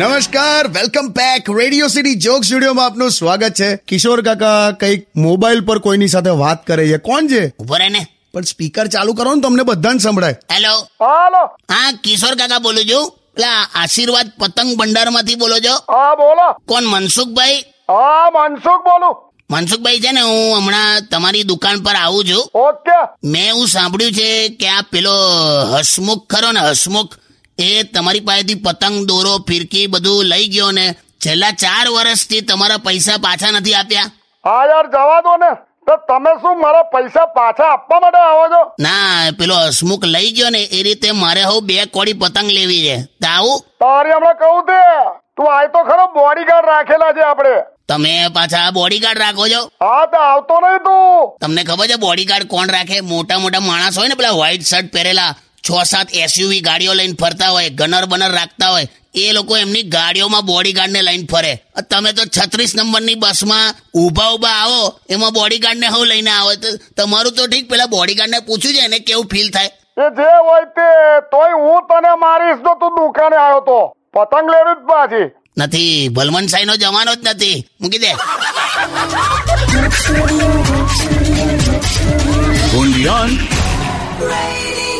નમસ્કાર welcome back radio city joke સ્ટુડિયોમાં આપનું સ્વાગત છે કિશોર કાકા કંઈક મોબાઈલ પર કોઈની સાથે વાત કરે છે કોણ છે ઉભો રહે ને પણ સ્પીકર ચાલુ કરો ને તમને બધાને સંભળાય હેલો હાલો હા કિશોર કાકા બોલું છું પેલા આશીર્વાદ પતંગ ભંડારમાંથી બોલો છો હા બોલો કોણ મનસુખભાઈ હા મનસુખ બોલું મનસુખભાઈ છે ને હું હમણાં તમારી દુકાન પર આવું છું ઓકે મેં એવું સાંભળ્યું છે કે આ પેલો હસમુખ ખરો ને હસમુખ એ તમારી પાસેથી પતંગ દોરો ફિરકી બધું લઈ ગયો ને છેલ્લા ચાર વર્ષથી તમારા પૈસા પાછા નથી આપ્યા હા યાર જવા દો ને તો તમે શું મારા પૈસા પાછા આપવા માટે આવો છો ના પેલો હસમુખ લઈ ગયો ને એ રીતે મારે હું બે કોડી પતંગ લેવી છે તો આવું તારે હમણાં કહું તે તું આય તો ખરો બોડીગાર્ડ રાખેલા છે આપણે તમે પાછા બોડીગાર્ડ રાખો છો હા તો આવતો નહીં તું તમને ખબર છે બોડીગાર્ડ કોણ રાખે મોટા મોટા માણસ હોય ને પેલા વ્હાઈટ શર્ટ પહેરેલા છ સાત એસયુવી ગાડીઓ લઈને ફરતા હોય ગનર બનર રાખતા હોય એ લોકો એમની ગાડીઓમાં બોડીગાર્ડને લઈને ફરે અ તમે તો છત્રીસ નંબરની બસમાં ઊભા ઊભા આવો એમાં બોડીગાર્ડને હું લઈને આવો તો તમારું તો ઠીક પેલા બોડીગાર્ડને પૂછ્યું છે એને કેવું ફીલ થાય એ જે હોય તે તોય હું તને મારીશ તો તું દુકાને આવ્યો તો પતંગ લેવી જ પાછી નથી ભલમન સાઈનો જવાનો જ નથી મૂકી દે Undian. Radio